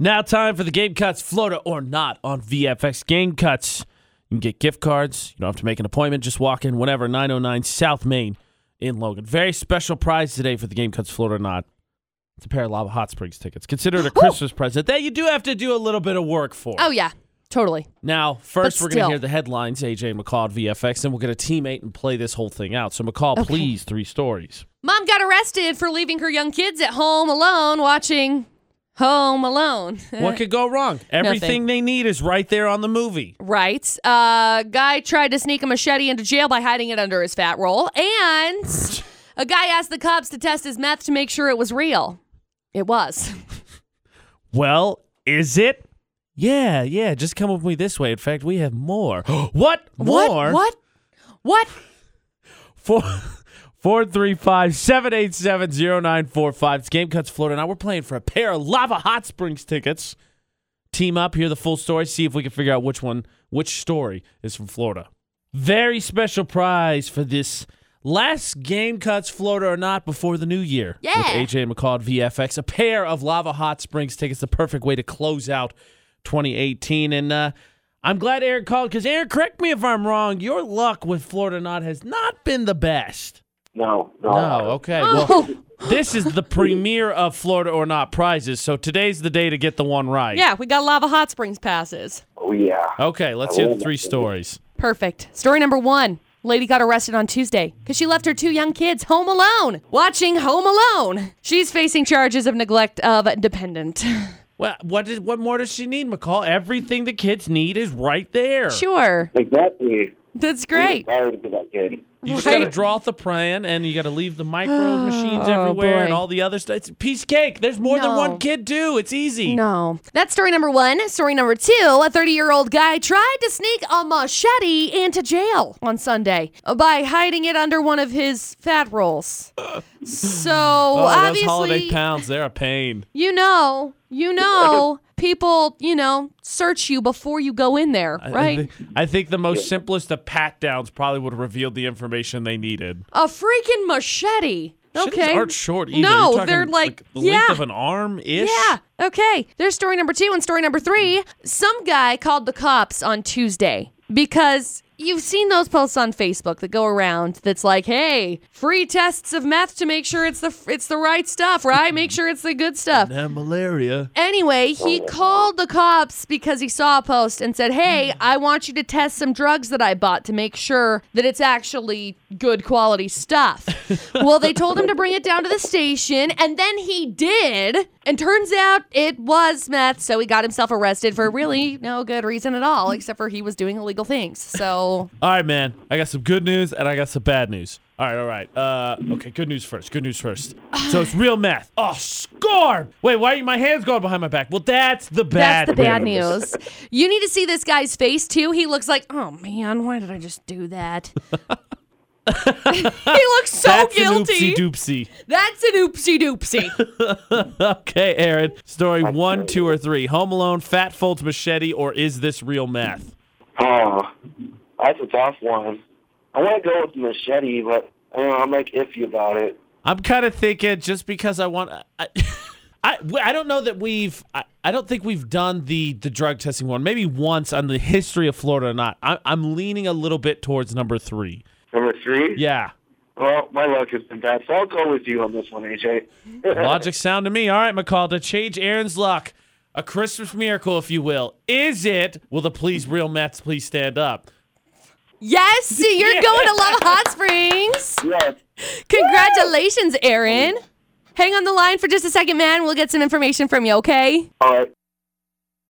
Now, time for the Game Cuts Florida or Not on VFX Game Cuts. You can get gift cards. You don't have to make an appointment. Just walk in whenever, 909 South Main in Logan. Very special prize today for the Game Cuts Florida or Not. It's a pair of Lava Hot Springs tickets. Considered a Christmas present that you do have to do a little bit of work for. Oh yeah, totally. Now, first, But we're going to still. hear the headlines, AJ and McCall at VFX, then we'll get a teammate and play this whole thing out. So, McCall, please, three stories. Mom got arrested for leaving her young kids at home alone watching Home Alone. What could go wrong? Everything they need is right there on the movie. right. Uh, guy tried to sneak a machete into jail by hiding it under his fat roll, and a guy asked the cops to test his meth to make sure it was real. It was. Well, is it? Yeah, yeah. Just come with me this way. In fact, we have more. what? More? What? What? What? Four. Four three five seven eight seven zero nine four five. It's Game Cuts Florida. Now we're playing for a pair of Lava Hot Springs tickets. Team up, hear the full story, see if we can figure out which one, which story is from Florida. Very special prize for this last Game Cuts Florida or not before the new year. Yeah. With AJ McCall at VFX. A pair of Lava Hot Springs tickets, the perfect way to close out 2018. And uh, I'm glad Aaron called because Aaron, correct me if I'm wrong, your luck with Florida or not has not been the best. No, no. No, okay. Well, Oh, this is the premiere of Florida or Not prizes, so today's the day to get the one right. yeah. We got lava hot springs passes. Oh, yeah. Okay, let's hear the three stories. Perfect. Story number one. Lady got arrested on Tuesday because she left her two young kids home alone, watching Home Alone. She's facing charges of neglect of dependent. Well, what is what more does she need, McCall? Everything the kids need is right there. Sure. Exactly. That's I'm great. Married to that kid. You just gotta Right. draw out the plan, and you gotta leave the microwave machines Oh, everywhere, boy. and all the other stuff. It's piece of cake. There's more than No. one kid too. It's easy. No. That's story number one. Story number two a 30 year old guy tried to sneak a machete into jail on Sunday by hiding it under one of his fat rolls. So, Oh, those holiday obviously, pounds, they're a pain. you know, you know, people, you know, search you before you go in there, I- I right? thi- I think the most simplest of pat downs probably would have revealed the information they needed. A freaking machete. Shitties Okay. aren't short either. No, You're talking, they're like, the yeah, length of an arm ish. yeah. Okay. There's story number two and story number three. Some guy called the cops on Tuesday because you've seen those posts on Facebook that go around. That's like, hey, free tests of meth to make sure it's the it's the right stuff, right? Make sure it's the good stuff. And malaria. Anyway, he called the cops because he saw a post and said, Hey, I want you to test some drugs that I bought to make sure that it's actually good quality stuff. well, they told him to bring it down to the station, and then he did. And turns out it was meth, so he got himself arrested for really no good reason at all, except for he was doing illegal things. So, All right, man. I got some good news and I got some bad news. All right, all right. Uh, okay, good news first. Good news first. So it's real meth. Oh, score! Wait, why are my hands going behind my back? Well, that's the bad. That's the bad news. You need to see this guy's face too. He looks like, oh man, why did I just do that? he looks so That's guilty. an oopsie That's an oopsie doopsie. doopsie. Okay, Aaron. Story one, two, or three. Home Alone, Fat Folds Machete, or Is This Real Meth? Oh, that's a tough one. I want to go with machete, but I don't know, I'm like iffy about it. I'm kind of thinking just because I want. I, I, I don't know that we've. I, I don't think we've done the the drug testing one. Maybe once on the history of Florida or not. I, I'm leaning a little bit towards number three. Number three? Yeah. Well, my luck has been bad, so I'll go with you on this one, AJ. Logic sound to me. All right, McCall, to change Aaron's luck, a Christmas miracle, if you will. Is it? Will the please real meths please stand up? yes, you're going to Lava Hot Springs. yes. Congratulations, Aaron. Hang on the line for just a second, man. We'll get some information from you, okay? All right.